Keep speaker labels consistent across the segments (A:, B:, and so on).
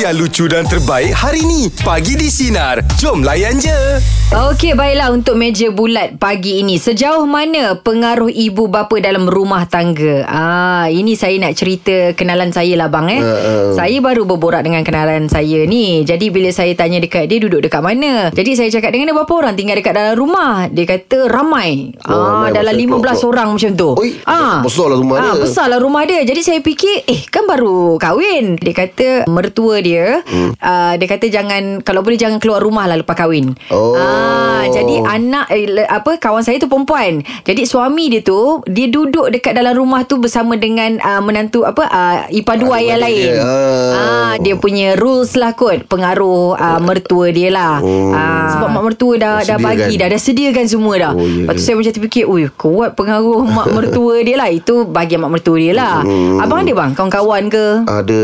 A: yang lucu dan terbaik hari ni. Pagi di Sinar. Jom layan je.
B: Okey, baiklah untuk meja bulat pagi ini. Sejauh mana pengaruh ibu bapa dalam rumah tangga? Ah, ini saya nak cerita kenalan saya lah bang eh. Uh, uh. Saya baru berborak dengan kenalan saya ni. Jadi bila saya tanya dekat dia duduk dekat mana? Jadi saya cakap dengan dia berapa orang tinggal dekat dalam rumah? Dia kata ramai.
C: Oh,
B: ah,
C: ramai
B: dalam 15
C: macam tu.
B: orang macam tu.
C: Oi, besarlah rumah
B: ah,
C: dia.
B: Besar besar lah rumah dia Jadi saya fikir Eh kan baru kahwin Dia kata Mertua dia hmm. uh, Dia kata jangan Kalau boleh jangan keluar rumah lah Lepas kahwin
C: Oh.
B: Ah, Jadi anak eh, le- Apa Kawan saya tu perempuan Jadi suami dia tu Dia duduk dekat dalam rumah tu Bersama dengan uh, Menantu apa uh, Ipar dua yang
C: dia.
B: lain
C: Ah.
B: Ah, Dia punya rules lah kot Pengaruh uh, mertua dia lah
C: Oh.
B: ah, Sebab mak mertua dah,
C: Dah
B: dah bagi
C: sediakan.
B: dah Dah sediakan semua dah
C: Oh, ya,
B: Lepas tu
C: ya.
B: saya macam terfikir Ui kuat pengaruh mak mertua dia lah Itu bahagian mak mertua dia lah hmm. Abang ada bang kawan-kawan ke?
C: ada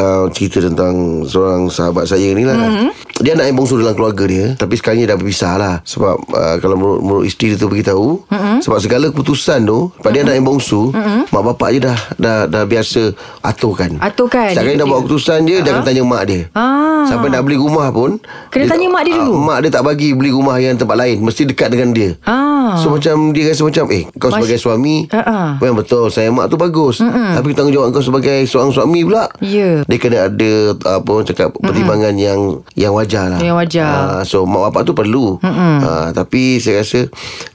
C: uh, cerita tentang seorang sahabat saya ni lah.
B: Mhm.
C: Mm-hmm. Dia anak yang bongsu dalam keluarga dia. Tapi sekarang ni dah berpisah lah. Sebab uh, kalau menurut, menurut isteri dia tu beritahu. Mm-hmm.
B: Mhm.
C: Sebab segala keputusan tu. Sebab mm-hmm. dia anak yang bongsu. Mm-hmm. Mak bapak je dah, dah dah biasa aturkan.
B: Aturkan.
C: Setiap kali
B: Dia
C: dah buat
B: kena-
C: keputusan dia. Dia akan tanya mak dia.
B: Ah.
C: Sampai nak beli rumah pun.
B: Kena tanya
C: tak-
B: mak dia
C: ah,
B: dulu.
C: mak dia tak bagi beli rumah yang tempat lain. Mesti dekat dengan dia.
B: Ah.
C: So macam dia rasa macam Eh kau
B: Mas-
C: sebagai suami
B: Ah, ah.
C: Memang betul Saya mak tu bagus Mm-mm. Tapi tanggungjawab kau sebagai Seorang suami pula
B: Ya.
C: Dia kena ada Apa orang cakap Pertimbangan yang Yang wajar lah
B: Yang wajar.
C: Ah, So mak bapak tu perlu Ah, Tapi saya rasa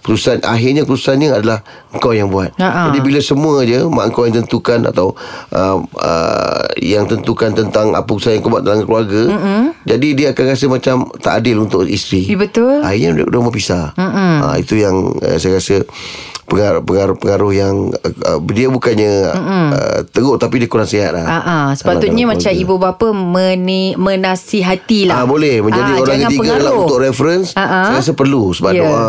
C: Keputusan Akhirnya keputusannya adalah Kau yang buat
B: Ah, ah.
C: Jadi bila semua je Mak kau yang tentukan Atau uh, uh, Yang tentukan tentang Apa usaha yang kau buat Dalam keluarga Mm-mm. Jadi dia akan rasa macam Tak adil untuk isteri
B: Ya, betul.
C: Akhirnya dia orang berpisah ha, Itu yang uh, saya rasa pengaruh, pengaruh, pengaruh yang uh, uh, Dia bukannya uh, teruk Tapi dia kurang sihat lah
B: Ah, ah. Sepatutnya
C: Dalam- dalam
B: macam
C: keluarga.
B: ibu bapa meni, menasihati lah
C: Ah boleh menjadi
B: Ah,
C: orang
B: jangan
C: ketiga dalam
B: pengaruh.
C: untuk reference
B: Ah, ah.
C: saya rasa perlu sebab
B: Ya.
C: doa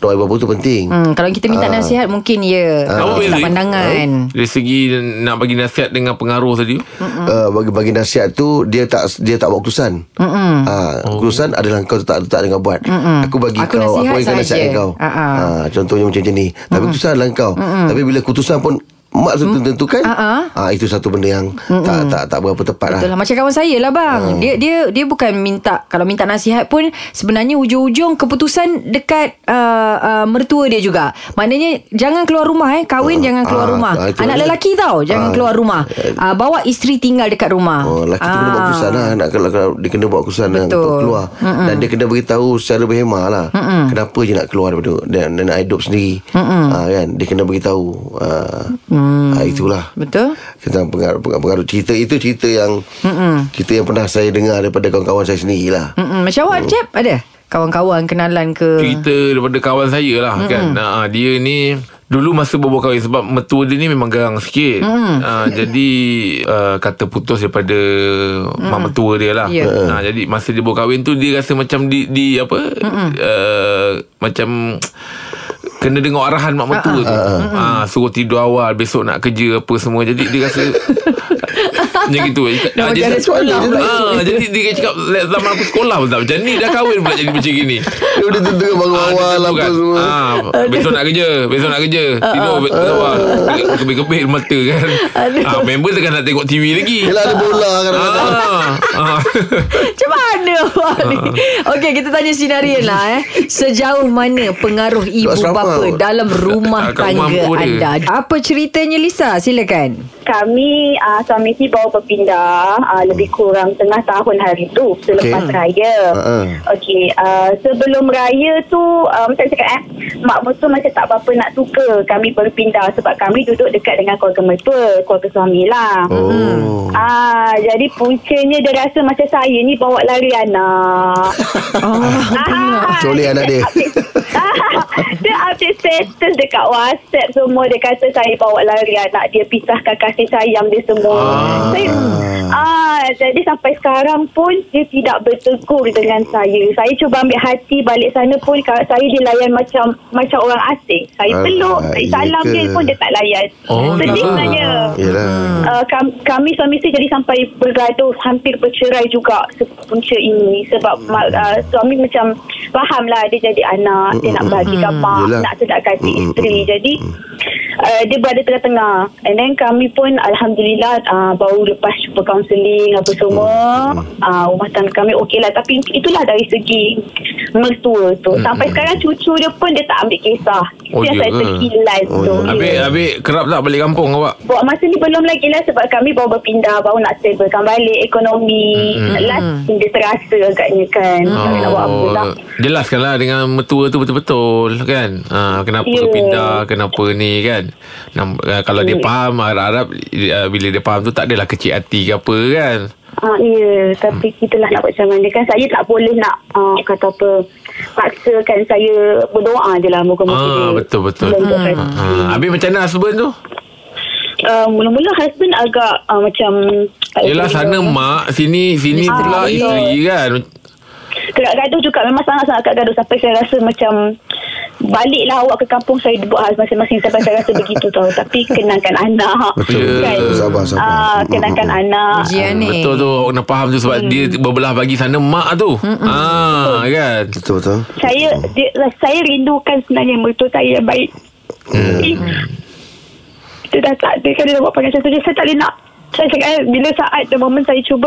C: doa ibu bapa tu penting.
B: hmm, Kalau kita
C: Ah.
B: minta nasihat mungkin ya
D: Awak
B: Kalau kita
D: boleh-
B: pandangan
D: Dari segi nak bagi nasihat dengan pengaruh tadi tu.
C: uh, bagi bagi nasihat tu dia tak dia tak buat keputusan. Mm-mm. Ha, keputusan adalah kau tak tak dengan buat. Mm-mm. Aku bagi
B: Aku
C: kau
B: nasihat
C: aku akan nasihat
B: sahaja.
C: kau.
B: Ah, ah.
C: Ha, contohnya macam macam ni. Tapi keputusan adalah kau. Mm-mm. Tapi bila keputusan pun mak tu tentukan
B: Ah, ah.
C: ha, itu satu benda yang tak tak tak berapa tepat lah.
B: Betul lah Macam kawan saya lah bang
C: Ah.
B: hmm. Dia dia dia bukan minta Kalau minta nasihat pun Sebenarnya ujung-ujung Keputusan dekat uh, uh, Mertua dia juga Maknanya Jangan keluar rumah eh Kahwin jangan keluar
C: ah,
B: rumah
C: ah, itu
B: Anak
C: ada.
B: lelaki tau Jangan keluar rumah uh, Bawa isteri tinggal dekat rumah Ah.
C: Oh, lelaki tu kena buat keputusan lah Nak, kalau, kalau dia kena buat keputusan lah
B: Betul.
C: Untuk keluar Mm-mm. Dan dia kena beritahu Secara berhemah lah Mm-mm. Kenapa je nak keluar daripada Dan, dan nak hidup sendiri ha, kan? Dia kena beritahu ha, mm. ha, Itulah
B: Betul
C: tentang pengaruh, pengaruh, pengaruh cerita itu cerita yang Mm-mm. cerita yang pernah saya dengar daripada kawan-kawan saya sendiri lah
B: Mm-mm. Macam awak Jeb Ada Kawan-kawan Kenalan ke
D: Cerita daripada kawan saya lah mm-hmm. kan. Ha, dia ni dulu masa berbual kahwin sebab mertua dia ni memang garang sikit. Mm. Ha, jadi uh, kata putus daripada mm. mak mertua dia lah.
B: Ya.
D: Ha, jadi masa dia berbual kahwin tu dia rasa macam di, di apa uh, macam kena dengar arahan mak mertua
B: Ah,
D: tu. Ha, suruh tidur awal besok nak kerja apa semua. Jadi dia rasa macam gitu.
B: Dah
D: Ah,
B: macam ada sekolah pula.
D: Ah, jadi dia cakap "Let zaman aku sekolah pun tak macam ni dah kahwin pula jadi macam gini.
C: dia dia tentu bangun
D: Ah,
C: awal
D: dia tu
C: apa
D: kan.
C: semua
D: Ah, besok nak kerja, besok nak kerja.
E: Ah,
D: Tidur betul awal. Kebik-kebik mata kan. Ah, member tengah nak tengok TV lagi.
C: Yelah ada bola kadang-kadang
D: Ah, ah.
B: Macam mana awak ni Okey kita tanya sinarian lah eh Sejauh mana pengaruh ibu
C: asrama.
B: bapa Dalam rumah
D: Ah, Kat
B: tangga
D: rumah mertua dia.
B: anda Apa ceritanya Lisa silakan
E: Kami uh, suami isteri baru berpindah uh, lebih kurang tengah tahun hari tu selepas
C: Okey.
E: okay. raya.
C: Ha-ha.
E: Uh-huh. Okey, uh, sebelum raya tu uh, macam cakap eh mak mertua macam tak apa nak suka kami berpindah sebab kami duduk dekat dengan keluarga mertua, keluarga suami lah.
C: Oh.
E: Ah, jadi puncanya dia rasa macam saya ni bawa lari anak. Ah,
C: Coleh anak dia.
E: update- dia update status dekat WhatsApp semua dia kata saya bawa lari anak dia pisahkan kasih sayang dia semua.
D: Ah.
E: Saya ah jadi sampai sekarang pun dia tidak bertegur dengan saya. Saya cuba ambil hati balik sana pun ka- saya dilayan macam macam orang asing. Saya
C: Ah,
E: peluk, saya
C: iya
E: salam
C: ke?
E: dia pun dia tak layan.
D: Oh,
E: Sedih
D: lah.
E: sebenarnya.
C: Yelah
D: Hmm.
E: Uh, kami, kami suami isteri jadi sampai bergaduh hampir bercerai juga sebab punca ini sebab
D: Hmm.
E: mak, uh, suami macam faham lah dia jadi anak
D: Hmm,
E: dia nak bahagikan mak
C: Yelah.
E: nak sedap kasih
C: Mm, mm,
E: isteri jadi uh, dia berada tengah-tengah and then kami pun Alhamdulillah uh, baru lepas jumpa kaunseling apa apa semua
D: Hmm,
E: uh, rumah tangga kami okey lah tapi itulah dari segi mertua tu sampai sekarang cucu dia pun dia tak ambil kisah
D: Hmm,
E: itu
D: Oh,
E: yang
D: dia
E: saya
D: ke? Oh, ya.
E: terkilan tu
D: Habis, habis kerap tak balik kampung awak?
E: Buat masa ni belum lagi lah sebab kami baru berpindah, baru nak stabilkan balik ekonomi. Mm-hmm. Last dia terasa agaknya kan.
D: Oh.
E: Mm. Nak buat apa lah.
D: Ah, jelaskanlah dengan mertua tu betul-betul kan. Ha, kenapa
E: Ya. Hmm.
D: yeah. pindah, kenapa ni kan. Nam, uh, kalau yeah. dia faham, harap-harap uh, bila dia faham tu tak adalah kecil hati ke apa kan.
E: Ah, ya, tapi kita lah nak buat macam mana kan. Saya tak boleh nak ah, kata apa, paksakan saya berdoa je lah moga-moga
D: Ah,
E: dia
D: betul-betul.
E: belum
D: Ha,
E: berhati.
D: ha. Habis macam mana husband tu?
E: Ah, mula-mula husband agak ah, macam... tak
D: Yelah
E: boleh. lah.
D: sana mak, sini sini
E: Ah,
D: pula
E: betul.
D: isteri kan.
E: Kerak gaduh juga memang sangat-sangat kerak gaduh sampai saya rasa macam baliklah awak ke kampung saya buat hal masing-masing sampai saya rasa begitu tau tapi kenangkan anak
C: Betul.
E: kan
C: Sabar, sabar. Hmm,
E: Ah, kenangkan anak
B: Ujian Oh, ni
D: Betul tu, orang kena faham tu sebab
E: Hmm.
D: dia berbelah bagi sana mak tu. Ah, kan.
C: Betul-betul
E: saya dia, saya rindukan sebenarnya mertua saya yang baik
D: Ya.
E: tapi dia dah tak ada kan dia dah buat perangai macam tu Jadi saya tak boleh nak saya cakap eh, bila saat the moment saya cuba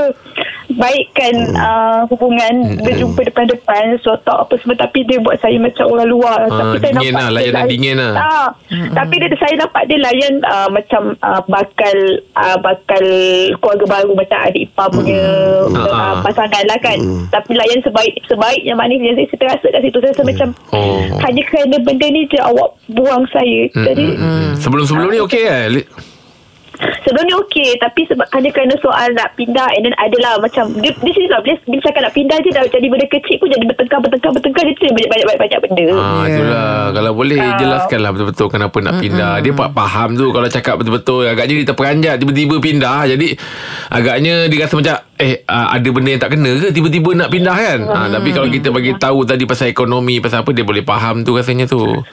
E: baikkan
D: Hmm.
E: uh, hubungan berjumpa depan-depan sotok apa semua tapi dia buat saya macam orang luar
D: Ah,
E: tapi saya
D: dingin lah,
E: dia
D: layanan
E: layan-
D: dingin lah.
E: ah, tapi dia, saya nampak dia layan uh, macam uh, bakal uh, bakal keluarga baru macam adik ipar punya uh,
D: Ah, ah.
E: pasangan lah kan tapi layan sebaik sebaiknya maknanya saya, saya terasa kat situ saya rasa macam
D: Oh.
E: hanya kerana benda ni je awak buang saya
D: hmm,
E: jadi
D: Sebelum-sebelum ni okey kan?
E: sebelum ni okey tapi sebab hanya kerana soal nak pindah and then adalah macam dia, dia sini lah bila, bila cakap nak pindah je dah jadi benda kecil pun jadi bertengkar bertengkar bertengkar dia tu banyak-banyak benda
D: Ah,
B: Ya.
D: itulah. Kalau boleh jelaskanlah betul-betul kenapa nak pindah. Dia pak faham tu kalau cakap betul-betul agaknya dia terperanjat tiba-tiba pindah. Jadi agaknya dia rasa macam eh ah, ada benda yang tak kena ke tiba-tiba nak pindah kan. Ah, tapi kalau kita bagi tahu tadi pasal ekonomi pasal apa dia boleh faham tu rasanya tu.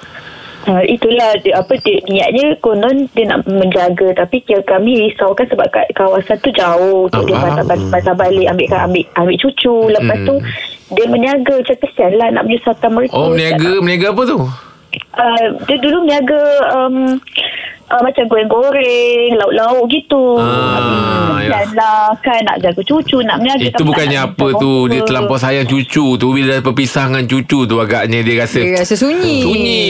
E: Ha, itulah dia, apa dia, niatnya konon dia nak menjaga tapi kira kami risaukan sebab kat kawasan tu jauh tu dia
D: Ah,
E: patah, patah, patah balik ambil, ambil ambil cucu lepas tu dia meniaga macam kesian lah nak menyusahkan mereka
D: Hmm. Oh, meniaga, meniaga apa tu?
E: uh, dia dulu meniaga um, uh, macam goreng-goreng lauk-lauk gitu
D: Ah,
E: kesian lah kan nak jaga cucu nak
D: Itu
E: meniaga tapi tak
D: bukannya
E: nak
D: apa
E: jaga
D: tu Dia
E: mereka.
D: terlampau sayang cucu tu Bila dah berpisah dengan cucu tu Agaknya dia rasa
B: Dia rasa sunyi
D: Sunyi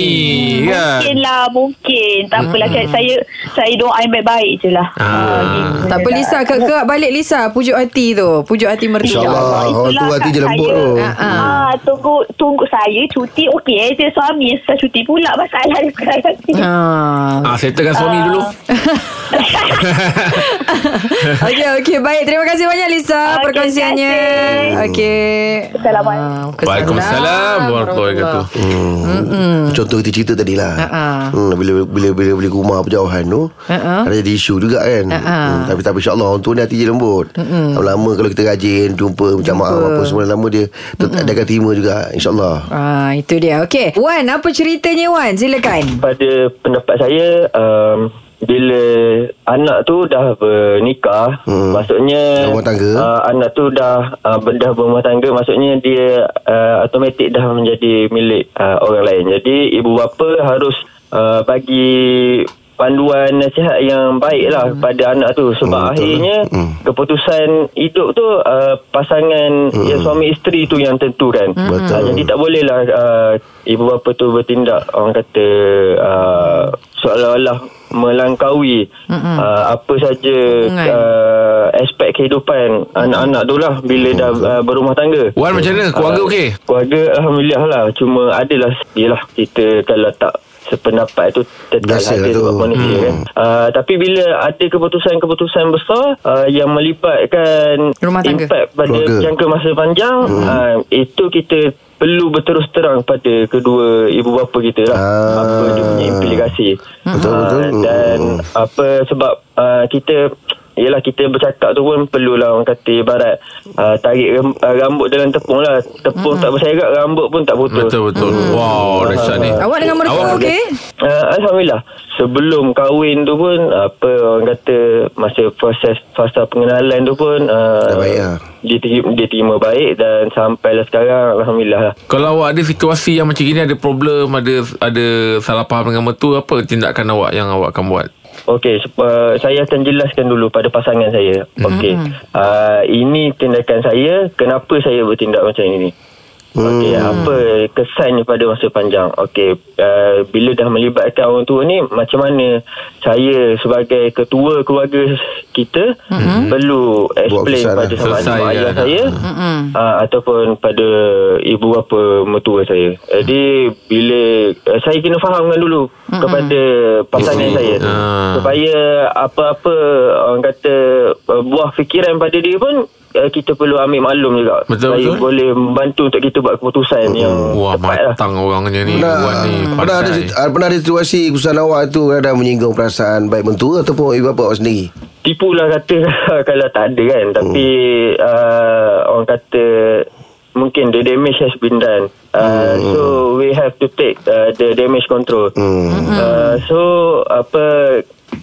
D: kan
E: Mungkin lah Mungkin Tak apalah hmm. Saya Saya doain baik-baik je lah
D: Ah.
E: gitu
B: Tak
E: je
B: apa
E: lah.
B: Lisa Kerak balik Lisa Pujuk hati tu Pujuk hati mertua
C: InsyaAllah. orang tu hati je lembut tu.
E: Ha, ah, tunggu tunggu saya cuti okey je suami saya cuti pula masalah dia sekarang ni.
B: Ha.
D: Ah, settlekan suami dulu
B: Okey okey baik terima kasih banyak Lisa
E: Okey,
B: perkongsiannya.
E: terima
B: Okey.
E: Assalamualaikum.
B: Ah,
D: Waalaikumsalam Warahmatullahi wabarakatuh
C: Hmm. Contoh kita cerita tadi lah
B: Uh-uh.
C: hmm, Bila bila bila beli rumah berjauhan tu
B: Uh-uh.
C: Ada jadi isu juga kan
B: Uh-uh.
C: hmm, Tapi tapi insyaAllah Orang tu ni hati dia lembut uh-uh. Lama kalau kita rajin Jumpa minta maaf apa Semua lama dia tetap Dia akan terima juga InsyaAllah
B: Ah itu dia. Okey. Wan apa ceritanya Wan? Silakan.
F: pada pendapat saya um, bila anak tu dah bernikah
C: Hmm.
F: hmm. maksudnya
C: Dah berumah tangga.
F: uh, anak tu dah uh, ber- dah berumah tangga maksudnya dia uh, automatik dah menjadi milik uh, orang lain jadi ibu bapa harus uh, bagi panduan nasihat yang baik lah hmm. pada anak tu
C: Hmm, betul.
F: sebab hmm, akhirnya
C: Hmm.
F: hmm. keputusan hidup tu uh, pasangan
C: Hmm.
F: hmm. ya, suami isteri tu yang tentukan
C: Hmm. Betul.
F: Ah, jadi tak bolehlah uh, ibu bapa tu bertindak orang kata uh, seolah-olah melangkaui uh, apa saja
B: Hubungan.
F: uh, aspek kehidupan anak-anak tu lah bila dah uh, berumah tangga.
D: Wan macam mana? Keluarga
F: Ah,
D: okey?
F: Keluarga Alhamdulillah lah Cuma adalah Yelah kita kalau tak sependapat tu tetap
C: Biasa
F: ada
C: tu.
F: sebab manusia
C: Hmm.
F: kan uh, tapi bila ada keputusan-keputusan besar uh, yang melibatkan
B: Rumah tangga.
F: impact pada
C: Keluarga.
F: jangka masa panjang hmm. uh, itu kita perlu berterus terang pada kedua ibu bapa kita lah
C: Ah.
F: apa dia punya implikasi
C: Betul,
F: Ah,
C: betul.
F: Dan
C: Mm.
F: apa sebab uh, kita Yelah kita bercakap tu pun perlulah orang kata ibarat uh, tarik ram- uh, rambut dalam tepung lah. Tepung tak bersairat, rambut pun tak putus.
D: Betul-betul Wow dahsyat ni
B: Awak dengan mertua
D: Awak-
B: okey?
F: Uh, Alhamdulillah Sebelum kahwin tu pun Apa orang kata Masa proses Fasa pengenalan tu pun uh,
C: Dah baik lah.
F: dia, terima, dia terima baik Dan sampailah sekarang Alhamdulillah lah
D: Kalau awak ada situasi yang macam gini Ada problem Ada ada salah faham dengan mertua Apa tindakan awak yang awak akan buat?
F: Okey, sep- uh, saya akan jelaskan dulu pada pasangan saya. Okey. Uh, ini tindakan saya, kenapa saya bertindak macam ini. Okey, apa kesan pada masa panjang? Okey, uh, bila dah melibatkan orang tua ni, macam mana saya sebagai ketua keluarga kita perlu explain
C: kesan,
F: pada
C: eh.
F: sama
D: Selesai,
F: ada ayah
D: kan?
F: saya uh, ataupun pada ibu bapa mertua saya. Jadi bila uh, saya kena fahamkan dulu kepada pasangan saya
D: Ah.
F: supaya apa-apa orang kata uh, buah fikiran pada dia pun uh, kita perlu ambil maklum juga.
D: Betul,
F: saya
D: betul. Oh,
F: boleh membantu untuk kita buat keputusan yang
D: Wah
F: tepat lah.
D: matang orangnya ni
C: Pernah,
D: Wan ni
C: pernah, ada,
D: pandai.
C: ah, pernah ada situasi Kusan awak tu Kadang menyinggung perasaan Baik mentua Ataupun ibu bapa awak sendiri
F: Tipu lah kata kalau tak ada kan. Tapi
C: Hmm.
F: uh, orang kata mungkin the damage has been done. Uh, So we have to take uh, the damage control.
C: Hmm.
F: Uh, so apa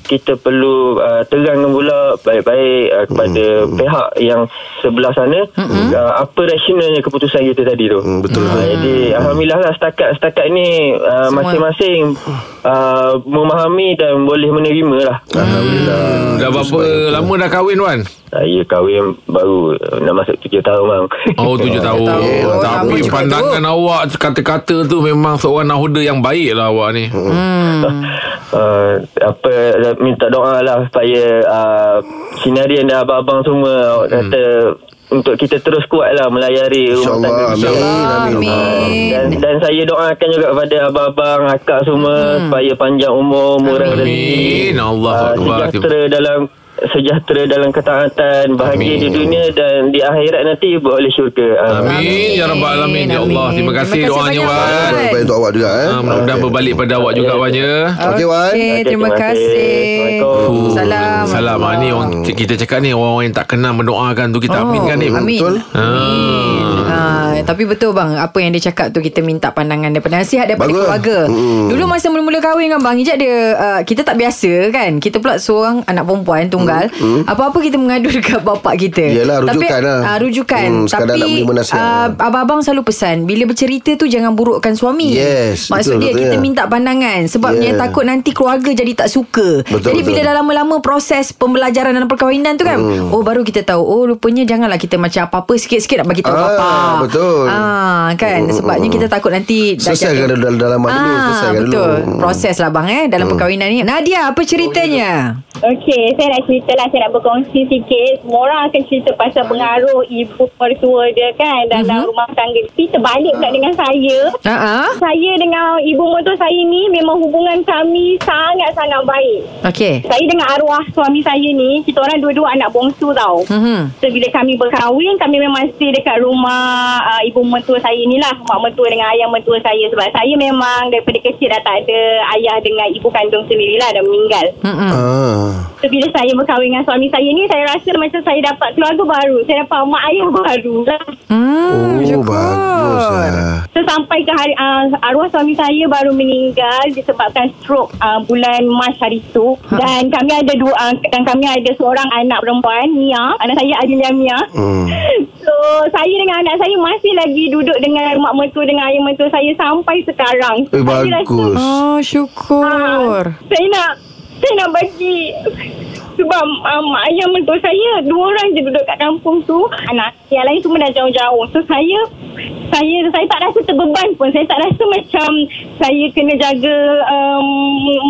F: kita perlu uh, terangkan pula baik-baik uh, kepada
C: Hmm.
F: pihak yang sebelah sana uh, apa rasionalnya keputusan kita tadi tu.
C: Hmm, betul.
F: Uh, jadi alhamdulillah lah setakat setakat ni uh, masing-masing uh, memahami dan boleh menerima lah.
C: Alhamdulillah
D: Hmm, Dah
C: Itu
D: berapa
C: sebab-
D: lama dah kahwin Wan?
F: Saya kahwin baru uh, nak masuk 7 tahun bang.
D: Oh tujuh tahun
C: tahun.
D: Tapi
B: Lama juga
D: pandangan awak Kata-kata tu memang Seorang nahoda yang baik lah awak ni
F: uh, apa minta doa lah supaya uh, sinari anda abang-abang semua hmm. kata untuk kita terus kuat lah melayari rumah tangga
C: InsyaAllah
F: kita. Ah,
C: Amin Amin
F: Dan,
B: Amin.
F: dan saya doakan juga kepada abang-abang, akak semua hmm. supaya panjang umur, murah
D: Amin Allah
F: uh,
D: Akbar
F: sejahtera dalam sejahtera dalam ketaatan, bahagia
D: Amin.
F: di dunia dan di akhirat nanti boleh syurga. Uh,
D: Amin Ya Rabbal Alamin Ya Allah
B: Amin.
D: Terima kasih
B: Terima kasih
D: doanya
B: banyak,
D: Wan
B: Wan.
C: Baik untuk awak juga eh?
D: Ah, Mudah-mudahan berbalik pada awak juga Wan
C: Okey,
D: ya
C: Wan.
B: Okey,
F: Okey,
B: terima
F: terima kasih.
B: kasih.
F: Assalamuaikum.
B: Salam.
D: Salam Ah, Ni orang kita cakap ni Orang-orang yang tak kenal Mendoakan tu Kita aminkan ni
B: Oh, Amin.
C: Betul.
B: Amin. Ha, tapi betul bang, apa yang dia cakap tu kita minta pandangan daripada nasihat daripada
C: Bagus.
B: keluarga.
C: Hmm.
B: Dulu masa mula-mula kahwin kan bang, Ijat dia uh, kita tak biasa kan. Kita pula seorang anak perempuan tunggal. Apa-apa kita mengadu dekat bapak kita.
C: Hmm, Yelah,
B: Tapi,
C: rujukan lah.
B: ah, rujukan.
C: Hmm, sekadar
B: tapi
C: nak menerima nasihat.
B: ah, abang-abang selalu pesan, bila bercerita tu jangan burukkan suami.
C: Yes,
B: Maksud
C: betul,
B: dia
C: betul,
B: kita
C: ya.
B: minta pandangan sebab
C: Yeah.
B: yang takut nanti keluarga jadi tak suka.
C: Betul,
B: jadi
C: betul.
B: bila dah lama-lama proses pembelajaran dalam perkahwinan tu kan hmm. oh baru kita tahu oh rupanya janganlah kita macam apa-apa sikit-sikit nak bagi tahu
C: Ah,
B: apa
C: betul. Hmm,
B: ah kan sebabnya kita takut nanti dah jadi-
C: Selesaikan
B: Ah,
C: dal- dalaman dulu, selesaikan dulu.
B: betul
C: Hmm.
B: proses lah bang eh dalam perkahwinan ni Nadia apa ceritanya
E: Okey, saya nak cerita lah. Saya nak berkongsi sikit. Semua orang akan cerita pasal pengaruh ibu mertua dia kan dalam rumah tangga. Tapi terbalik pula dengan saya.
B: ha ah
E: Saya dengan ibu mertua saya ni memang hubungan kami sangat-sangat baik.
B: okey
E: Saya dengan arwah suami saya ni, kita orang dua-dua anak bongsu tau.
B: mhm
E: So, bila kami berkahwin, kami memang stay dekat rumah uh, ibu mertua saya ni lah. Mak mertua dengan ayah mertua saya. Sebab saya memang daripada kecil dah tak ada ayah dengan ibu kandung sendiri lah. Dah meninggal.
C: Hmm.
B: mhm
C: Ah.
E: So, bila saya berkahwin dengan suami saya ni, saya rasa macam saya dapat keluarga baru. Saya dapat mak ayah baru lah.
B: Hmm,
C: Oh
B: syukur.
C: bagus lah
E: So, sampai ke hari, uh, arwah suami saya baru meninggal disebabkan strok uh, bulan Mac hari tu. Dan kami ada dua, uh, dan kami ada seorang anak perempuan, Mia. Anak saya Adilia Mia.
C: Hmm.
E: So, saya dengan anak saya masih lagi duduk dengan mak mertua dengan ayah mertua saya sampai sekarang.
C: Eh
E: Saya rasa
C: bagus
B: oh syukur
E: saya nak saya nak bagi sebab um, mak ayah mentua saya dua orang je duduk kat kampung tu anak yang lain semua dah jauh-jauh so saya saya saya tak rasa terbeban pun saya tak rasa macam saya kena jaga um,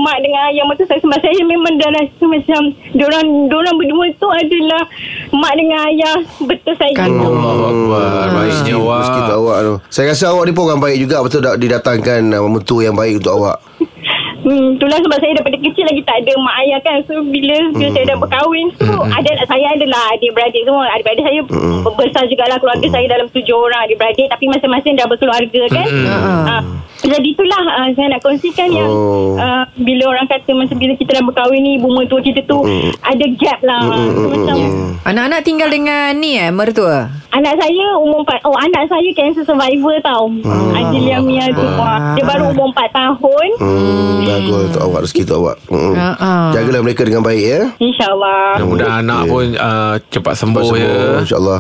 E: mak dengan ayah mentua saya sebab saya memang dah rasa macam diorang diorang berdua tu adalah mak dengan ayah betul saya
C: Kan,
B: Kandung.
D: Allah
C: Hmm.
D: Akbar Baiknya
C: Rezeki-
D: awak
C: rezeki untuk awak tu Saya rasa awak ni pun orang baik juga Betul tak didatangkan uh, mentua yang baik untuk awak
E: Hmm, itulah sebab saya daripada kecil lagi tak ada mak ayah kan. So, bila, bila saya
C: Hmm.
E: dah berkahwin tu, ada saya adalah adik-beradik semua. Adik-beradik saya
C: Hmm.
E: besar jugalah keluarga saya dalam tujuh orang adik-beradik. Tapi masing-masing dah berkeluarga kan. Ha. Jadi itulah uh, saya nak kongsikan yang
C: Hmm. Oh.
E: uh, bila orang kata macam bila kita dah berkahwin ni, ibu mertua kita tu
C: Hmm.
E: ada gap lah. So, macam
B: anak-anak tinggal dengan ni eh mertua
E: anak saya umur 4, oh anak saya cancer survivor tau. Adilia Mia tu. Wah, Dia baru umur 4 tahun.
C: Ah. hmm, Bagus untuk awak Rezeki untuk awak hmm.
B: Ha, ha.
C: Jagalah mereka dengan baik ya
E: InsyaAllah.
D: Mudah-mudahan anak pun ah, Cepat sembuh
C: Semua,
D: ya
C: InsyaAllah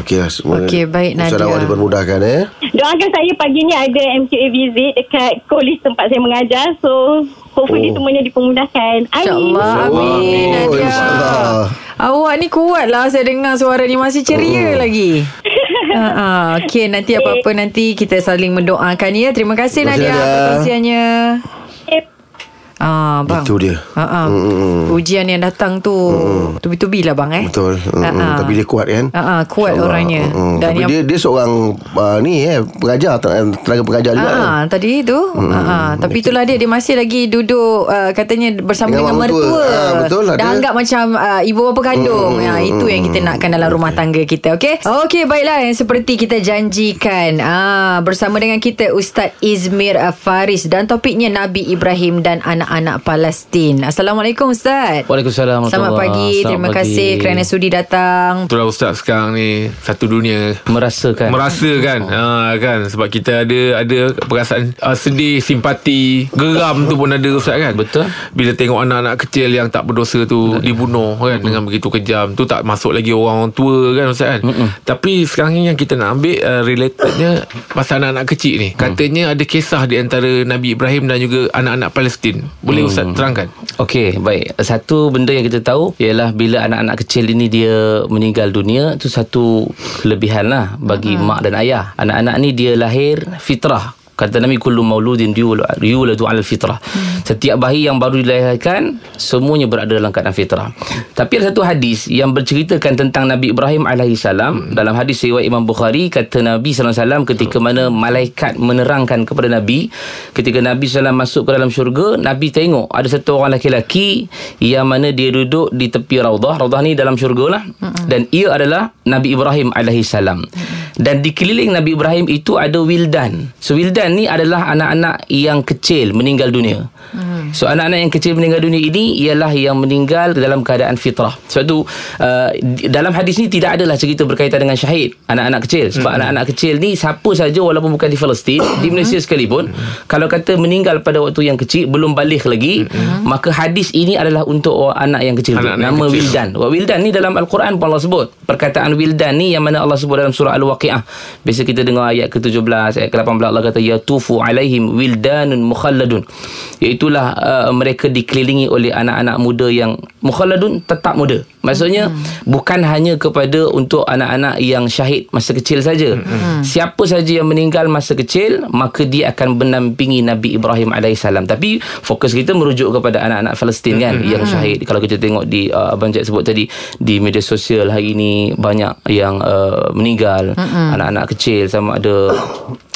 C: Okey lah semua
B: Okey, baik,
C: Urusan
B: Nadia.
C: awak dipermudahkan eh
E: Doakan saya pagi ni ada MQA visit dekat kolej tempat saya mengajar. So,
C: Oh.
E: hopefully oh. semuanya dipermudahkan. Amin.
B: InsyaAllah Amin
C: Oh,
B: Nadia
C: insyaAllah.
B: Awak ni kuat lah Saya dengar suara ni Masih
C: Oh.
B: ceria lagi uh, Okay nanti apa-apa Nanti kita saling mendoakan ya Terima kasih
C: Terima kasih,
B: Nadia
C: Nadia.
B: Perkongsiannya
E: Eh,
B: Ah, bang.
C: Itu dia. Hmm,
B: Ah, ah. Ujian yang datang tu Tubi-tubi lah bang eh
C: Betul. Mm, mm.
B: Ah, ah.
C: Tapi dia kuat kan?
B: Ah, ah, Kuat
C: InsyaAllah.
B: orangnya
C: Mm, mm.
B: Dan
C: Tapi
B: yang
C: dia dia seorang uh, ni eh pengajar ten- tenaga pengajar juga. kan?
B: Ah, tadi tu. Hmm. Ah, tapi itulah dia dia masih lagi duduk uh, katanya bersama dengan,
C: Dengan mak
B: mertua.
C: mertua. Ah, betul lah
B: Dah
C: dia.
B: anggap macam uh, ibu bapa kandung. Hmm. Ah, itu yang kita nakkan dalam rumah tangga kita, okey? Okey, baiklah yang seperti kita janjikan. Ah, bersama dengan kita Ustaz Izmir ah, Faris dan topiknya Nabi Ibrahim dan anak-anak Palestin. Assalamualaikum Ustaz.
G: Waalaikumsalam
B: Selamat
G: warahmatullahi.
B: pagi.
G: Selamat
B: Terima
G: pagi.
B: kasih kerana sudi datang.
D: Itulah Ustaz sekarang ni Satu dunia
G: Merasakan
D: Merasa kan ha, kan Sebab kita ada Ada perasaan uh, Sedih Simpati Geram tu pun ada Ustaz kan
G: Betul.
D: Bila tengok anak-anak kecil Yang tak berdosa tu Dibunuh kan Dengan begitu kejam Tu tak masuk lagi orang tua kan Ustaz kan Tapi sekarang ni Yang kita nak ambil uh, Relatednya Pasal anak-anak kecil ni Katanya ada kisah Di antara Nabi Ibrahim Dan juga anak-anak Palestin Boleh Ustaz terangkan
G: Okey, baik. Satu benda yang kita tahu ialah bila anak-anak kecil ini dia meninggal dunia, itu satu kelebihan lah bagi mak dan ayah. Anak-anak ni dia lahir fitrah. Kata Nabi kullu mauludin yul- yuladu alal fitrah. Setiap bayi yang baru dilahirkan semuanya berada dalam keadaan fitrah. Tapi ada satu hadis yang berceritakan tentang Nabi Ibrahim alaihi salam dalam hadis riwayat Imam Bukhari kata Nabi sallallahu alaihi wasallam ketika mana malaikat menerangkan kepada Nabi ketika Nabi sallallahu masuk ke dalam syurga Nabi tengok ada satu orang lelaki yang mana dia duduk di tepi raudah raudah ni dalam syurga lah dan ia adalah Nabi Ibrahim alaihi salam dan di keliling Nabi Ibrahim itu ada wildan so wildan ni adalah anak-anak yang kecil meninggal dunia
D: Hmm.
G: so anak-anak yang kecil meninggal dunia ini ialah yang meninggal dalam keadaan fitrah sebab tu uh, di- dalam hadis ni tidak adalah cerita berkaitan dengan syahid anak-anak kecil sebab
D: Hmm.
G: anak-anak kecil ni siapa saja walaupun bukan di Palestin di Malaysia sekalipun kalau kata meninggal pada waktu yang kecil belum balik lagi maka hadis ini adalah untuk orang- anak yang kecil tu.
D: Hmm. Anak-anak
G: nama
D: kecil.
G: wildan wildan. Wa wildan ni dalam Al-Quran pun Allah sebut. Perkataan wildan ni yang mana Allah sebut dalam surah Al-Waqiah. Biasa kita dengar ayat ke-17, ayat ke-18 Allah kata yatufu alaihim wildanun mukhalladun. Iaitulah uh, mereka dikelilingi oleh anak-anak muda yang mukhalladun tetap muda. Maksudnya hmm. bukan hanya kepada untuk anak-anak yang syahid masa kecil saja. Hmm. Siapa saja yang meninggal masa kecil maka dia akan menampingi Nabi Ibrahim alaihissalam. Tapi fokus kita merujuk kepada anak-anak Palestin kan yang syahid. Kalau kita tengok di uh, Abang Jack sebut tadi di media sosial hari ini banyak yang uh, meninggal anak-anak kecil sama ada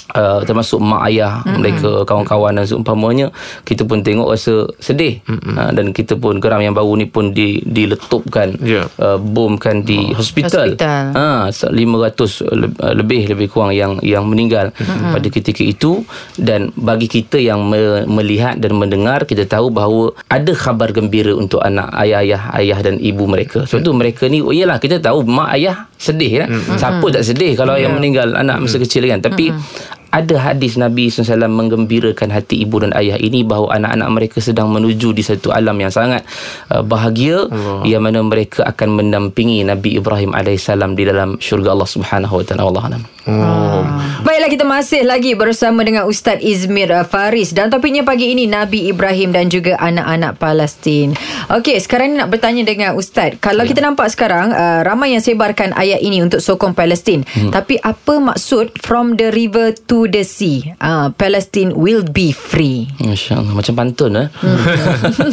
G: Uh, termasuk mak ayah mm-hmm. mereka kawan-kawan dan seumpamanya kita pun tengok rasa sedih mm-hmm. uh, dan kita pun geram yang baru ni pun di diletupkan
D: Ya.
G: uh, bomkan di hospital,
B: Hospital.
G: Ha, se- 500 le- uh, lebih lebih kurang yang yang meninggal mm-hmm. pada ketika itu dan bagi kita yang me- melihat dan mendengar kita tahu bahawa ada khabar gembira untuk anak ayah-ayah ayah dan ibu mereka. Sebab tu mereka ni oh, iyalah kita tahu mak ayah sedih kan. Mm-hmm. Siapa tak sedih kalau yeah. yang meninggal anak masa kecil kan. Tapi ada hadis Nabi SAW menggembirakan hati ibu dan ayah ini bahawa anak-anak mereka sedang menuju di satu alam yang sangat uh, bahagia Allah. yang mana mereka akan mendampingi Nabi Ibrahim AS di dalam syurga Allah Subhanahu Wa Taala. Allah alam.
B: Ah. Baiklah kita masih lagi bersama dengan Ustaz Izmir uh, Faris dan topiknya pagi ini Nabi Ibrahim dan juga anak-anak Palestin. Okey, sekarang ni nak bertanya dengan Ustaz. Kalau
D: Ya.
B: kita nampak sekarang uh, ramai yang sebarkan ayat ini untuk sokong Palestin. Hmm. Tapi apa maksud from the river to the sea? Uh, Palestine will be free.
G: Masya-Allah macam pantun eh.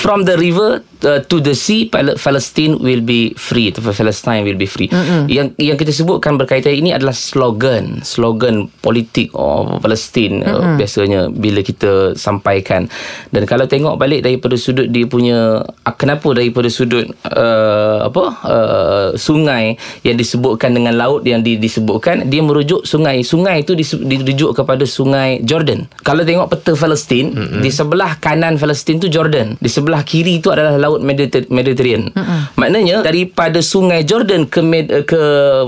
G: From the river uh, to the sea Pal- Palestine will be free. atau Palestine will be free. Mm-hmm. Yang yang kita sebutkan berkaitan ini adalah slogan, slogan politik oh, Palestin mm-hmm. uh, biasanya bila kita sampaikan. Dan kalau tengok balik daripada sudut dia punya ah, kenapa daripada sudut uh, apa uh, sungai yang disebutkan dengan laut yang di, disebutkan dia merujuk sungai. Sungai itu disu- dirujuk kepada sungai Jordan. Kalau tengok peta Palestin mm-hmm. di sebelah kanan Palestin tu Jordan, di sebelah kiri itu adalah laut Mediter- Mediterranean. Mm-hmm. Maknanya daripada sungai Jordan ke Med- ke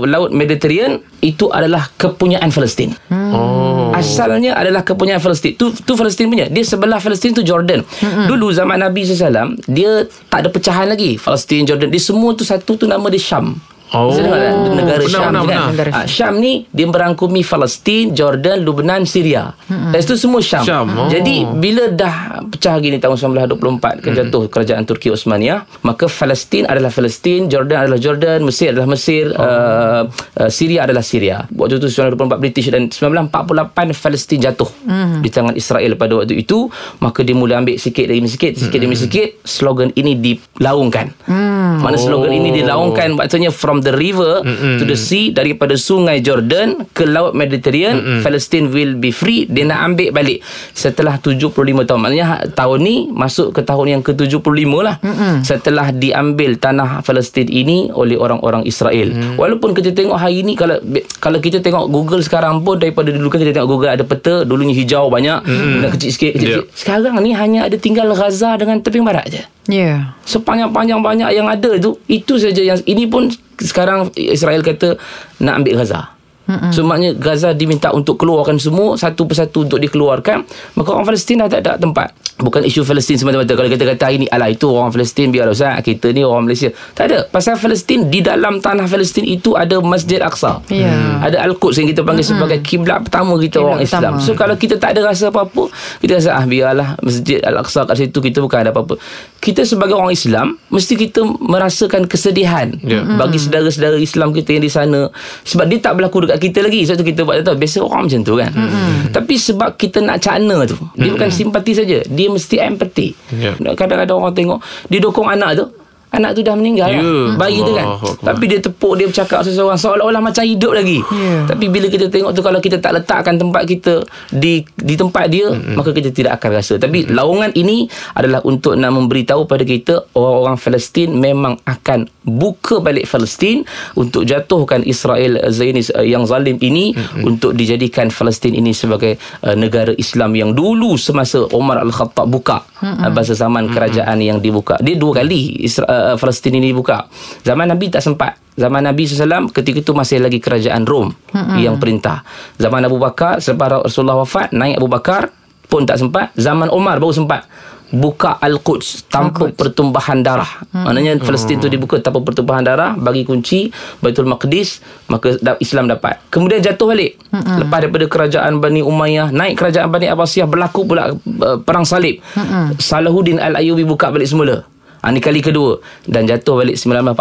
G: laut Mediterranean itu adalah kepunyaan Palestin. Oh. Asalnya adalah kepunyaan Palestin. Tu tu Palestin punya. Dia sebelah Palestin tu Jordan. Mm-hmm. Dulu zaman Nabi SAW dia tak ada pecahan lagi. Palestin Jordan dia semua tu satu tu nama dia Syam.
D: Oh.
G: Saya dengar kan, negara
D: Benar,
G: Syam
D: benar,
G: ni kan.
D: benar.
G: Ah, Syam ni dia merangkumi Palestin, Jordan, Lebanon, Syria. Hmm. Dan itu semua Syam.
D: Syam, oh.
G: Jadi bila dah pecah gini tahun 1924 kan jatuh kerajaan Turki Osmania, maka Palestin adalah Palestin, Jordan adalah Jordan, Mesir adalah Mesir, oh. uh, uh, Syria adalah Syria. Waktu itu 1924 British dan 1948 Palestin jatuh hmm. di tangan Israel pada waktu itu, maka dia mula ambil sikit demi sikit, sikit demi sikit, slogan ini dilaungkan. Hmm. Mana slogan
D: Oh.
G: ini dilaungkan maksudnya from the river mm to the sea daripada sungai Jordan ke laut Mediterranean Palestine will be free dia nak ambil balik setelah 75 tahun maknanya ha- tahun ni masuk ke tahun yang ke-75 lah mm setelah diambil tanah Palestin ini oleh orang-orang Israel walaupun kita tengok hari ni kalau kalau kita tengok Google sekarang pun daripada dulu kan kita tengok Google ada peta dulunya hijau banyak mm kecil sikit kecil
D: Yeah.
G: sikit sekarang ni hanya ada tinggal Gaza dengan tebing barat je
B: Yeah.
G: Sepanjang-panjang banyak yang ada tu Itu saja yang Ini pun sekarang Israel kata Nak ambil Gaza Mm-mm. So maknanya Gaza diminta untuk keluarkan semua Satu persatu untuk dikeluarkan Maka orang Palestin dah tak ada tempat Bukan isu Palestin semata-mata Kalau kita kata hari ni Alah itu orang Palestin biarlah Ustaz Ah, Kita ni orang Malaysia Tak ada Pasal Palestin Di dalam tanah Palestin itu Ada Masjid Aqsa
B: Ya.
G: Hmm. Ada Al-Quds yang kita panggil mm sebagai Kiblat pertama kita
B: Kiblat
G: orang Islam
B: pertama.
G: So kalau kita tak ada rasa apa-apa Kita rasa ah biarlah Masjid Al-Aqsa kat situ Kita bukan ada apa-apa Kita sebagai orang Islam Mesti kita merasakan kesedihan
D: Ya.
G: yeah. Bagi saudara-saudara Islam kita yang di sana Sebab dia tak berlaku dekat kita lagi Sebab tu kita buat tak tahu Biasa orang macam tu kan
D: Hmm.
G: mm Tapi sebab kita nak cakna tu Dia bukan simpati saja Dia mesti empati
D: Ya.
G: Kadang-kadang orang tengok Dia dokong anak tu Anak tu dah meninggal
D: Ya.
G: lah. Bayi tu kan
D: Allahu Akbar.
G: Tapi dia tepuk Dia bercakap seseorang Seolah-olah macam hidup lagi
B: Ya.
G: Tapi bila kita tengok tu Kalau kita tak letakkan tempat kita Di di tempat dia Maka kita tidak akan rasa Tapi laungan ini Adalah untuk nak memberitahu pada kita Orang-orang Palestin Memang akan Buka balik Palestin Untuk jatuhkan Israel eh, Zionis eh, yang zalim ini Untuk dijadikan Palestin ini Sebagai eh, negara Islam Yang dulu Semasa Omar Al-Khattab buka Eh, Bahasa zaman kerajaan yang dibuka Dia dua kali Isra- eh, Palestin ini buka Zaman Nabi tak sempat Zaman Nabi SAW ketika itu masih lagi kerajaan Rom mm-hmm. yang perintah. Zaman Abu Bakar selepas Rasulullah wafat naik Abu Bakar pun tak sempat. Zaman Omar baru sempat buka Al-Quds tanpa
B: Al-Quds.
G: pertumbuhan darah. Mm-hmm. Maknanya Palestin tu dibuka tanpa pertumbuhan darah, bagi kunci Baitul Maqdis maka da- Islam dapat. Kemudian jatuh balik. Mm-hmm. Lepas daripada kerajaan Bani Umayyah naik kerajaan Bani Abbasiyah berlaku pula uh, perang salib. Mm-hmm. Salahuddin Al-Ayyubi buka balik semula. Ha, ni kali kedua Dan jatuh balik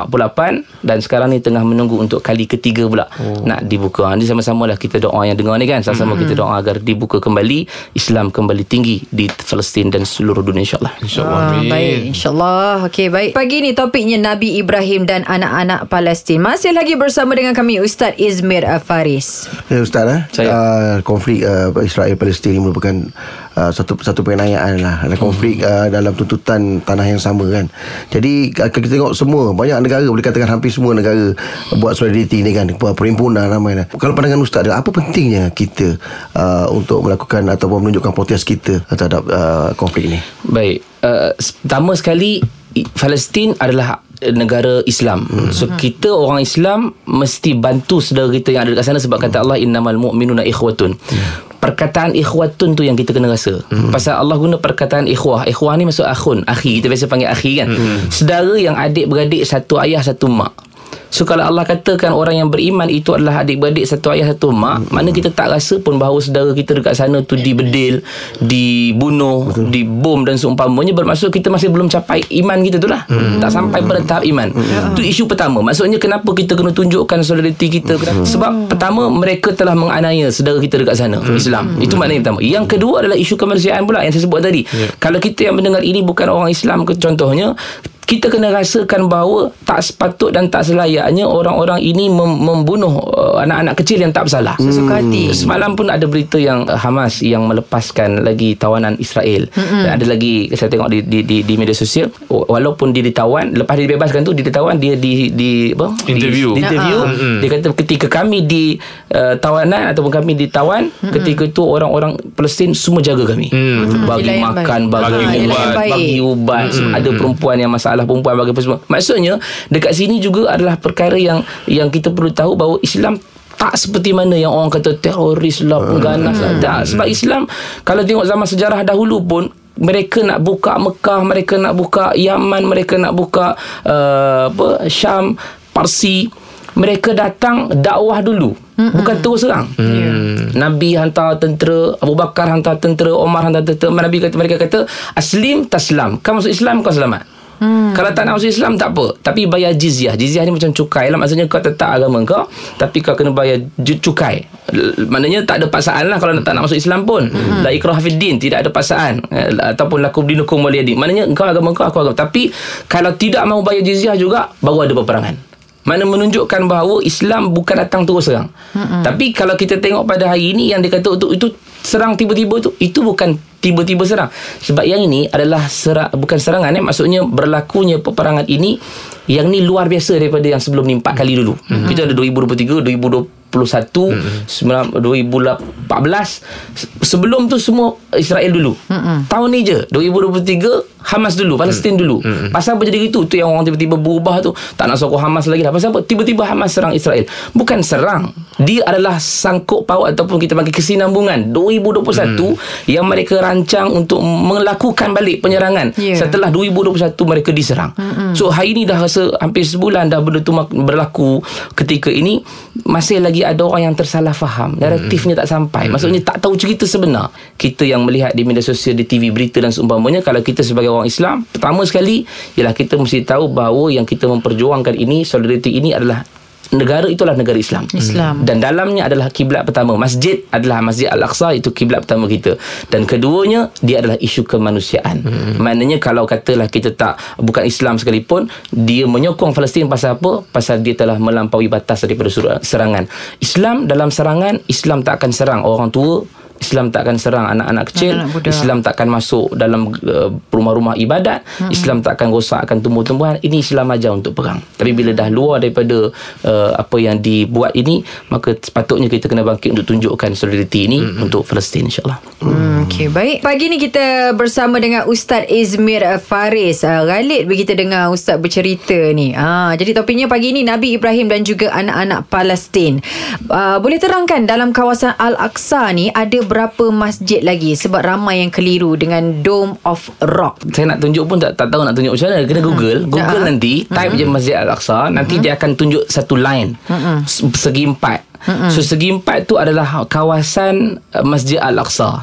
G: 1948 Dan sekarang ni tengah menunggu Untuk kali ketiga pula oh. Nak dibuka ha, Ni sama-sama lah Kita doa yang dengar ni kan Sama-sama hmm. kita doa Agar dibuka kembali Islam kembali tinggi Di Palestin dan seluruh dunia InsyaAllah
D: InsyaAllah
B: Ah,
D: amin.
B: baik, insyaAllah. Okey, baik. Pagi ni topiknya Nabi Ibrahim dan anak-anak Palestin. Masih lagi bersama dengan kami Ustaz Izmir ah, Faris.
C: Ya Ustaz eh?
G: Saya.
C: Uh, konflik uh, Israel Palestin ini merupakan uh, satu satu penganiayaan lah. Ada konflik uh, dalam tuntutan tanah yang sama kan. Jadi uh, kita tengok semua banyak negara boleh katakan hampir semua negara buat solidariti ni kan buat perhimpunan ramai lah. Kalau pandangan ustaz dia apa pentingnya kita uh, untuk melakukan ataupun menunjukkan protes kita terhadap uh, konflik ni?
G: Baik. Uh, pertama sekali i- Palestin adalah eh, negara Islam. Hmm. So kita orang Islam mesti bantu saudara kita yang ada dekat sana sebab kata Allah innamal mu'minuna ikhwatun. Perkataan ikhwatun tu yang kita kena rasa. Pasal Allah guna perkataan ikhwah. Ikhwah ni masuk akhun, akhi. Kita biasa panggil akhi kan. Saudara yang adik-beradik satu ayah satu mak. So kalau Allah katakan orang yang beriman itu adalah adik-beradik satu ayah satu mak, hmm. mana kita tak rasa pun bahawa saudara kita dekat sana tu dibedil, dibunuh, Betul. dibom dan seumpamanya bermaksud kita masih belum capai iman kita tu lah. Hmm. Tak sampai pada tahap iman. Itu isu pertama. Maksudnya kenapa kita kena tunjukkan solidariti kita kenapa? sebab pertama mereka telah menganiaya saudara kita dekat sana Islam. Itu maknanya pertama. Yang kedua adalah isu kemanusiaan pula yang saya sebut tadi. Kalau kita yang mendengar ini bukan orang Islam ke contohnya kita kena rasakan bahawa tak sepatut dan tak selayaknya orang-orang ini mem- membunuh uh, anak-anak kecil yang tak bersalah. Hmm.
B: Sesuka hati.
G: Semalam pun ada berita yang uh, Hamas yang melepaskan lagi tawanan Israel. Mm-hmm. Dan ada lagi saya tengok di di di, di media sosial wa- walaupun dia ditawan lepas dia dibebaskan tu dia ditawan dia di di apa?
D: Interview.
G: Di, di interview
D: Mm-mm.
G: dia kata ketika kami di uh, tawanan ataupun kami ditawan mm-hmm. ketika itu orang-orang Palestin semua jaga kami. Mm-hmm.
B: Yelah
G: Bagi
B: Hmm. yang
G: makan,
B: baik.
G: bagi
D: Ah, yelah yang
B: baik.
G: ubat,
B: Hmm.
G: bagi ubat mm-hmm. ada perempuan yang masalah perempuan bagi apa semua maksudnya dekat sini juga adalah perkara yang yang kita perlu tahu bahawa Islam tak seperti mana yang orang kata teroris lah
B: Hmm.
G: pengganas lah tak sebab Islam kalau tengok zaman sejarah dahulu pun mereka nak buka Mekah mereka nak buka Yaman mereka nak buka uh, apa Syam Parsi mereka datang dakwah dulu Mm-mm. bukan terus serang mm. Nabi hantar tentera Abu Bakar hantar tentera Omar hantar tentera Nabi kata mereka kata aslim taslam kamu masuk Islam kau selamat Hmm. Kalau tak nak masuk Islam tak apa Tapi bayar jizyah Jizyah ni macam cukai lah Maksudnya kau tetap agama kau Tapi kau kena bayar ju- cukai L- Maknanya tak ada paksaan lah Kalau tak nak masuk Islam pun hmm. La ikrah fid din Tidak ada paksaan Eh, Ataupun lakum dinukum waliyadin Maknanya kau agama kau Aku agama Tapi Kalau tidak mau bayar jizyah juga Baru ada peperangan Mana menunjukkan bahawa Islam bukan datang terus serang. Mm-hmm. Tapi kalau kita tengok pada hari ini yang dia kata itu, itu serang tiba-tiba tu itu bukan tiba-tiba serang. Sebab yang ini adalah sera, bukan serangan eh maksudnya berlakunya peperangan ini yang ni luar biasa daripada yang sebelum ni 4 kali dulu. Mm-hmm. Kita ada 2023, 2020 2021 mm-hmm. 2014 Se- sebelum tu semua Israel dulu mm-hmm. tahun ni je 2023 Hamas dulu Palestin dulu mm-hmm. pasal apa jadi gitu tu yang orang tiba-tiba berubah tu tak nak sokong Hamas lagi lah pasal apa tiba-tiba Hamas serang Israel bukan serang dia adalah sangkut paut ataupun kita panggil kesinambungan 2021 yang mereka rancang untuk melakukan balik penyerangan
B: Ya.
G: setelah setelah 2021 mereka diserang. Mm-hmm. So hari ni dah rasa hampir sebulan dah benda tu mak- berlaku ketika ini masih lagi ada orang yang tersalah faham. Naratifnya tak sampai. Maksudnya tak tahu cerita sebenar. Kita yang melihat di media sosial, di TV berita dan seumpamanya kalau kita sebagai orang Islam, pertama sekali ialah kita mesti tahu bahawa yang kita memperjuangkan ini, solidariti ini adalah negara itulah negara Islam.
B: Islam.
G: Dan dalamnya adalah kiblat pertama. Masjid adalah Masjid Al-Aqsa itu kiblat pertama kita. Dan keduanya dia adalah isu kemanusiaan. Hmm. Maknanya kalau katalah kita tak bukan Islam sekalipun, dia menyokong Palestin pasal apa? Pasal dia telah melampaui batas daripada sur- serangan. Islam dalam serangan, Islam tak akan serang orang tua, Islam tak akan serang anak-anak kecil,
B: Anak-anak budak.
G: Islam tak akan masuk dalam uh, rumah-rumah ibadat, hmm. Islam tak akan rosakkan tumbuh-tumbuhan. Ini Islam ajar untuk perang. Tapi bila dah luar daripada uh, apa yang dibuat ini, maka sepatutnya kita kena bangkit untuk tunjukkan solidariti ini hmm. untuk Palestin insya-Allah.
B: Hmm, Okey, baik. Pagi ni kita bersama dengan Ustaz Izmir uh, Faris. Uh, Ralit kita dengar Ustaz bercerita ni. Ah, jadi topiknya pagi ni Nabi Ibrahim dan juga anak-anak Palestin. Uh, boleh terangkan dalam kawasan Al-Aqsa ni ada berapa masjid lagi sebab ramai yang keliru dengan Dome of Rock.
G: Saya nak tunjuk pun tak, tak tahu nak tunjuk macam mana. Kena Google. Google
B: Ya.
G: nanti type je Masjid Al-Aqsa, nanti dia akan tunjuk satu line. S- Segi empat. So segi empat tu adalah kawasan uh, Masjid Al-Aqsa.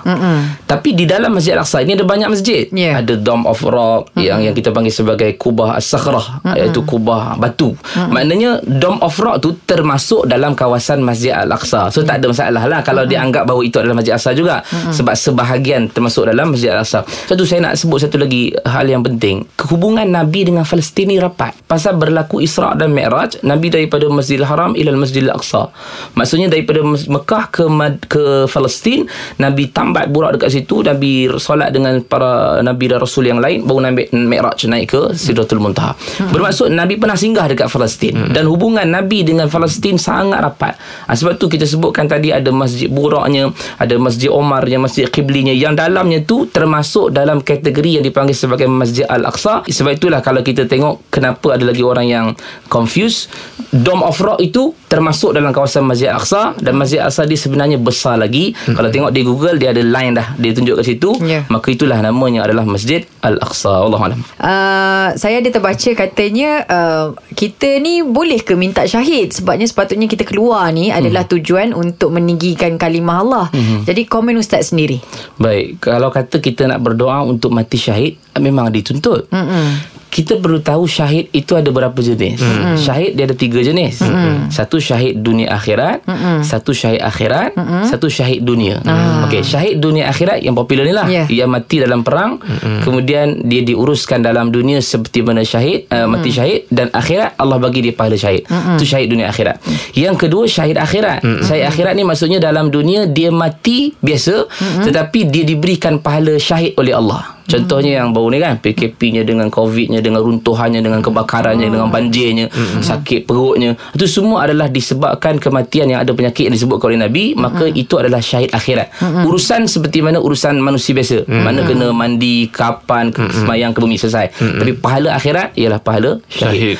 G: Tapi di dalam Masjid Al-Aqsa ini ada banyak masjid.
B: Ya.
G: Ada Dome of Rock yang yang kita panggil sebagai Kubah As-Sakhrah iaitu kubah batu. Maknanya Dome of Rock tu termasuk dalam kawasan Masjid Al-Aqsa. So tak ada masalah lah kalau dia anggap bahawa itu adalah Masjid Al-Aqsa juga sebab sebahagian termasuk dalam Masjid Al-Aqsa. Satu saya nak sebut satu lagi hal yang penting. Hubungan Nabi dengan Palestin ni rapat. Pasal berlaku Isra dan Mi'raj, Nabi daripada Masjidil Haram ila Masjidil Aqsa. Maksudnya daripada Mes- Mekah ke Mad- ke Palestin, Nabi tambat burak dekat situ, Nabi solat dengan para nabi dan rasul yang lain baru Nabi Mi'raj naik ke Sidratul Muntaha. Bermaksud Nabi pernah singgah dekat Palestin dan hubungan Nabi dengan Palestin sangat rapat. Ha, sebab tu kita sebutkan tadi ada Masjid Buraknya, ada Masjid Omarnya, Masjid Qiblinya yang dalamnya tu termasuk dalam kategori yang dipanggil sebagai Masjid Al-Aqsa. Sebab itulah kalau kita tengok kenapa ada lagi orang yang confused, Dome of Rock itu termasuk dalam kawasan Masjid Al-Aqsa dan Masjid Al-Aqsa dia sebenarnya besar lagi. Kalau tengok di Google dia ada line dah, dia tunjuk kat situ.
B: Ya.
G: Maka itulah namanya adalah Masjid Al-Aqsa. Allahu a'lam.
B: Uh, saya ada terbaca katanya uh, kita ni boleh ke minta syahid sebabnya sepatutnya kita keluar ni adalah tujuan untuk meninggikan kalimah Allah. Jadi komen ustaz sendiri.
G: Baik, kalau kata kita nak berdoa untuk mati syahid, memang dituntut.
B: Hmm. Mm-mm.
G: Kita perlu tahu syahid itu ada berapa jenis. Mm. Syahid dia ada tiga jenis. Mm. Satu syahid dunia akhirat, mm. satu syahid akhirat, mm. satu syahid dunia. Mm. Okey, syahid dunia akhirat yang popular ni lah.
B: Ya.
G: Yeah. Yang mati dalam perang, mm. kemudian dia diuruskan dalam dunia seperti mana syahid, uh, mati syahid dan akhirat Allah bagi dia pahala syahid. Mm. Itu syahid dunia akhirat. Yang kedua syahid akhirat. Mm. Syahid akhirat ni maksudnya dalam dunia dia mati biasa mm. tetapi dia diberikan pahala syahid oleh Allah. Contohnya yang baru ni kan PKP-nya dengan COVID-nya Dengan runtuhannya Dengan kebakarannya Dengan banjirnya Sakit perutnya Itu semua adalah disebabkan Kematian yang ada penyakit Yang disebutkan oleh Nabi Maka itu adalah syahid akhirat Urusan seperti mana Urusan manusia biasa Mana kena mandi Kapan ke, Semayang ke bumi Selesai Tapi pahala akhirat Ialah pahala syahid,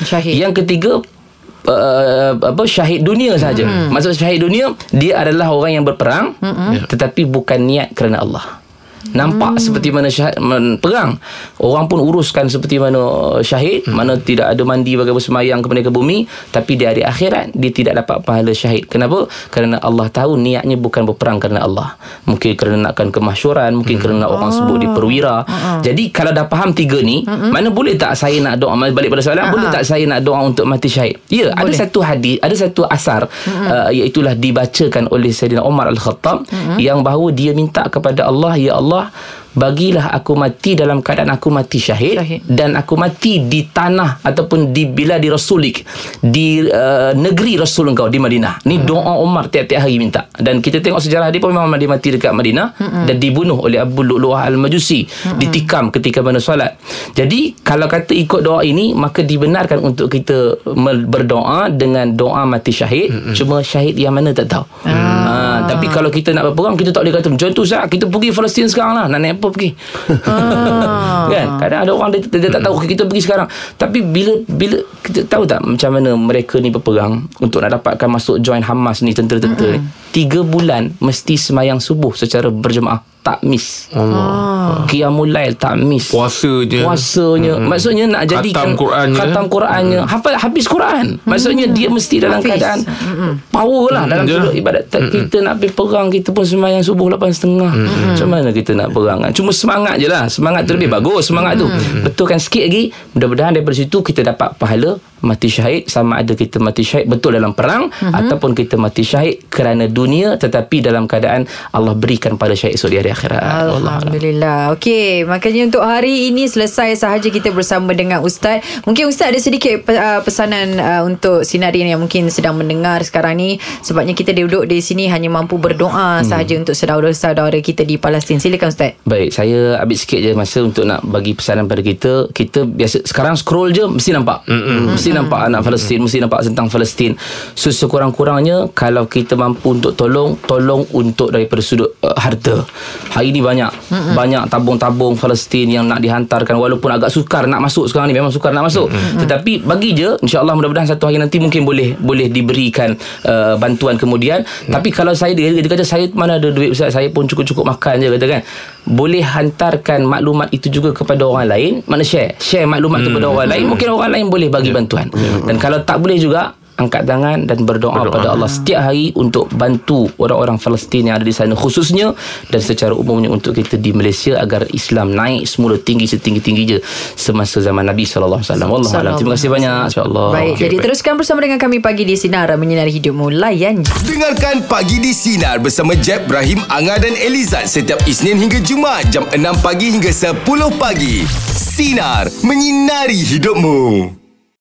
D: Syahid.
B: Syahid.
G: Yang ketiga Uh, apa syahid dunia saja. Mm. Maksud syahid dunia dia adalah orang yang berperang mm tetapi bukan niat kerana Allah. nampak seperti mana syahid, men, perang orang pun uruskan seperti mana uh, syahid mana tidak ada mandi bagi bersemayang ke mereka bumi tapi di hari akhirat dia tidak dapat pahala syahid kenapa kerana Allah tahu niatnya bukan berperang kerana Allah mungkin kerana nakkan kemasyuran mungkin kerana orang sebut di perwira jadi kalau dah faham tiga ni mana boleh tak saya nak doa balik pada soalan boleh tak saya nak doa untuk mati syahid ya ada
B: Boleh.
G: satu hadis ada satu asar uh, iaitulah dibacakan oleh Sayyidina Umar Al-Khattab yang bahawa dia minta kepada Allah ya Allah bagilah aku mati dalam keadaan aku mati syahid,
B: Syahid.
G: dan aku mati di tanah ataupun di bila di rasulik di uh, negeri rasul engkau di Madinah ni doa Umar tiap-tiap hari minta dan kita tengok sejarah dia pun memang dia mati dekat Madinah dan dibunuh oleh Abu Lu'lu'ah Al-Majusi ditikam ketika mana solat jadi kalau kata ikut doa ini maka dibenarkan untuk kita mel- berdoa dengan doa mati syahid cuma syahid yang mana tak tahu ah. tapi kalau kita nak berperang kita tak boleh kata macam tu Ustaz kita pergi Palestin sekarang lah nak naik apa pergi kan kadang ada orang dia, dia, dia tak tahu kita pergi sekarang tapi bila bila kita tahu tak macam mana mereka ni berperang untuk nak dapatkan masuk join Hamas ni tentera-tentera ni tiga bulan mesti semayang subuh secara berjemaah tak miss Allah qiyamul lail tak miss
D: Puasa je.
G: puasanya hmm. maksudnya nak
D: Khatam
G: jadikan
D: Qurannya.
G: khatam Qurannya hmm. hafal habis Quran maksudnya dia mesti dalam
B: Hafiz.
G: keadaan power lah dalam
D: Yalah.
G: sudut ibadat Tak- kita nak pergi perang kita pun sembahyang subuh 8.30 macam mana kita nak perang kan cuma semangat je lah semangat tu lebih bagus semangat tu betulkan sikit lagi mudah-mudahan daripada situ kita dapat pahala mati syahid sama ada kita mati syahid betul dalam perang ataupun kita mati syahid kerana dunia tetapi dalam keadaan Allah berikan pada syahid esok di hari akhirat Wallahu a'lam.
B: Alhamdulillah. Okey, makanya untuk hari ini selesai sahaja kita bersama dengan Ustaz. Mungkin Ustaz ada sedikit pe- uh, pesanan uh, untuk sinarin yang mungkin sedang mendengar sekarang ni. Sebabnya kita duduk di sini hanya mampu berdoa sahaja untuk saudara-saudara kita di Palestin. Silakan Ustaz.
G: Baik, saya ambil sikit je masa untuk nak bagi pesanan pada kita. Kita biasa sekarang scroll je mesti nampak. Mm-mm. Mesti nampak anak Palestin, mesti nampak tentang Palestin. So sekurang-kurangnya kalau kita mampu untuk tolong, tolong untuk daripada sudut uh, harta. Hari ni banyak Mm-mm. banyak tabung-tabung Palestin yang nak dihantarkan walaupun agak sukar nak masuk sekarang ni memang sukar nak masuk. Mm-mm. Tetapi bagi je insya-Allah mudah-mudahan satu hari nanti mungkin boleh boleh diberikan uh, bantuan kemudian. Tapi kalau saya dia, dia kata saya mana ada duit besar saya pun cukup-cukup makan je kata kan boleh hantarkan maklumat itu juga kepada orang lain mana share share maklumat hmm. Ya. kepada orang lain mungkin orang lain boleh bagi bantuan dan kalau tak boleh juga angkat tangan dan berdoa, Hmm. berdoa pada Allah setiap hari untuk bantu orang-orang Palestin yang ada di sana khususnya dan secara umumnya untuk kita di Malaysia agar Islam naik semula tinggi setinggi-tingginya semasa zaman Nabi sallallahu alaihi wasallam. Wallahu a'lam. Terima kasih banyak insya-Allah.
B: Baik, jadi teruskan bersama dengan kami pagi di Sinar Menyinari Hidupmu Layan je.
A: Dengarkan Pagi di Sinar bersama Jeb, Ibrahim, Anga dan Elizad setiap Isnin hingga Jumaat jam 6 pagi hingga 10 pagi. Sinar. Menyinari hidupmu.